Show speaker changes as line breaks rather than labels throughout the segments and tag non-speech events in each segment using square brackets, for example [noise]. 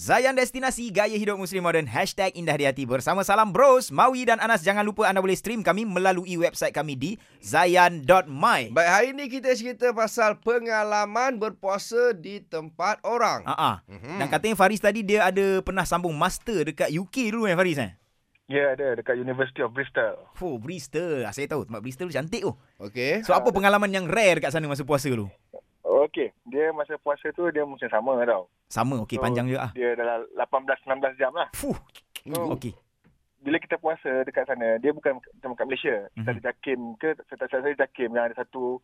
Zayan Destinasi Gaya Hidup Muslim Modern Hashtag Indah di Hati Bersama Salam Bros Mawi dan Anas Jangan lupa anda boleh stream kami Melalui website kami di Zayan.my
Baik, hari ni kita cerita pasal pengalaman berpuasa di tempat orang.
Ah, ah.
Mhm.
Dan katanya Faris tadi Dia ada pernah sambung master Dekat UK dulu eh Faris eh
Ya, ada dekat University of Bristol.
Oh Bristol Ah, Saya tahu tempat Bristol tu cantik oh
Okey.
So apa pengalaman yang rare Dekat sana masa puasa tu
Okey, dia masa puasa tu dia macam sama tau.
Sama okey
So,
panjang je ah.
Dia dalam 18-19 jam lah.
Fuh
So,
Okey
bila kita puasa dekat sana, dia bukan macam kat Malaysia. Kita
Mhm.
ada jakim ke, saya tak saya jakim yang ada satu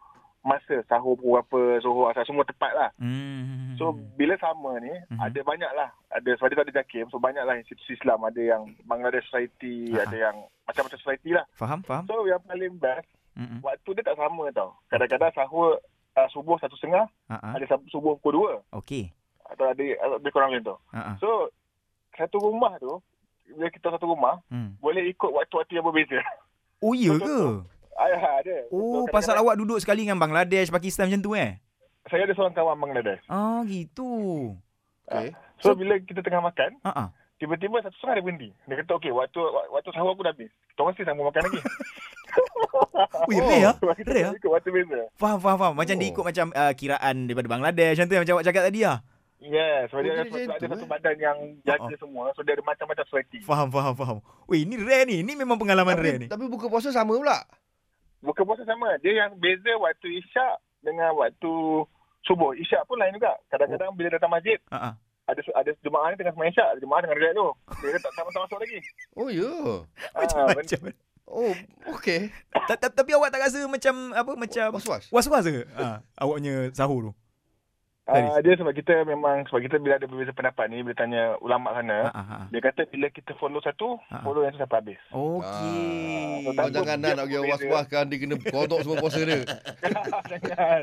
masa sahur pukul berapa, zuhur, asal semua tepat lah.
hmm.
So, bila sama ni,
Mhm.
ada banyak lah. Ada, sebab dia tak ada jakim, so banyak lah institusi Islam. Ada yang Bangladesh Society,
Aha.
ada yang macam-macam society lah.
Faham faham
So, yang paling best,
Mm-mm.
waktu dia tak sama tau. Kadang-kadang sahur uh, subuh satu setengah,
Ah, ah.
ada sab- subuh pukul 2.
Okey
atau ada lebih kurang macam tu.
Ah, ah.
So satu rumah tu bila kita satu rumah
Hmm.
boleh ikut waktu-waktu yang berbeza. [laughs]
Oh iya ke
Ah, ada.
Oh pasal awak duduk sekali Dengan Bangladesh Pakistan macam tu eh
Saya ada seorang kawan Bangladesh.
Ah gitu
Okey.
So,
So-
bila kita tengah makan,
Ah, ah.
tiba-tiba satu setengah dia berhenti. Dia kata, okey, waktu wa- waktu sahur aku dah habis. Kita mesti sama makan
[laughs]
lagi.
Ui, rare ah.
Sebab kita
Rare
tak
ah.
ikut waktu beza.
Faham, faham, faham. Macam
Oh.
oh. dia ikut macam uh, kiraan daripada Bangladesh macam tu yang macam awak cakap tadi lah.
Yeah, sebab
Oh,
dia,
dia
ada-
macam
ada
tu,
satu
eh?
badan yang jaga
Ah,
semua. So, dia ada macam-macam society.
Faham, faham, faham. Weh, ni rare ni. Ni memang pengalaman rare ni.
Tapi, tapi buka puasa sama pula.
Bukan puasa sama. Dia yang beza waktu isyak dengan waktu subuh. Isyak pun lain juga. Kadang-kadang bila datang masjid,
Ah, ah.
ada ada jemaah ni tengah sembahyang isyak, ada jemaah tengah relax tu. Dia tak sama tak masuk lagi.
Oh, ya. Yeah.
Ah,
Macam-macam.
Oh, okey.
Ta- ta- Tapi awak tak rasa macam apa macam
Was-was.
was-was ke? Ah, awak punya sahur tu.
ah, dia sebab kita memang sebab kita bila ada berbeza pendapat ni bila tanya ulama
Ah,
sana,
ah, ah.
dia kata bila kita follow satu,
Ha.
follow yang tu sampai habis.
Okey.
Ah,
Kau
tak
Oh, jangan lah
dia
nak nak pergi
berbeza.
was-was kan. Dia kena kodok semua puasa
[laughs]
dia.
Jangan.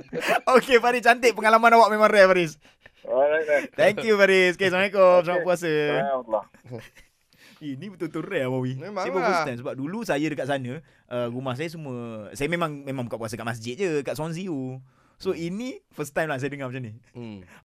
Okey, Faris cantik pengalaman awak memang rare Faris.
Alright. right.
Thank
[laughs]
you Faris. Okay, Assalamualaikum. Selamat
Okay.
puasa.
Alhamdulillah.
Ini Eh, betul-betul rare Abawi.
Memang
saya
lah.
pun first time sebab dulu saya dekat sana, uh, rumah saya semua saya memang memang buka puasa kat masjid je, kat Swansea tu. So ini first time lah saya dengar macam ni.
Hmm.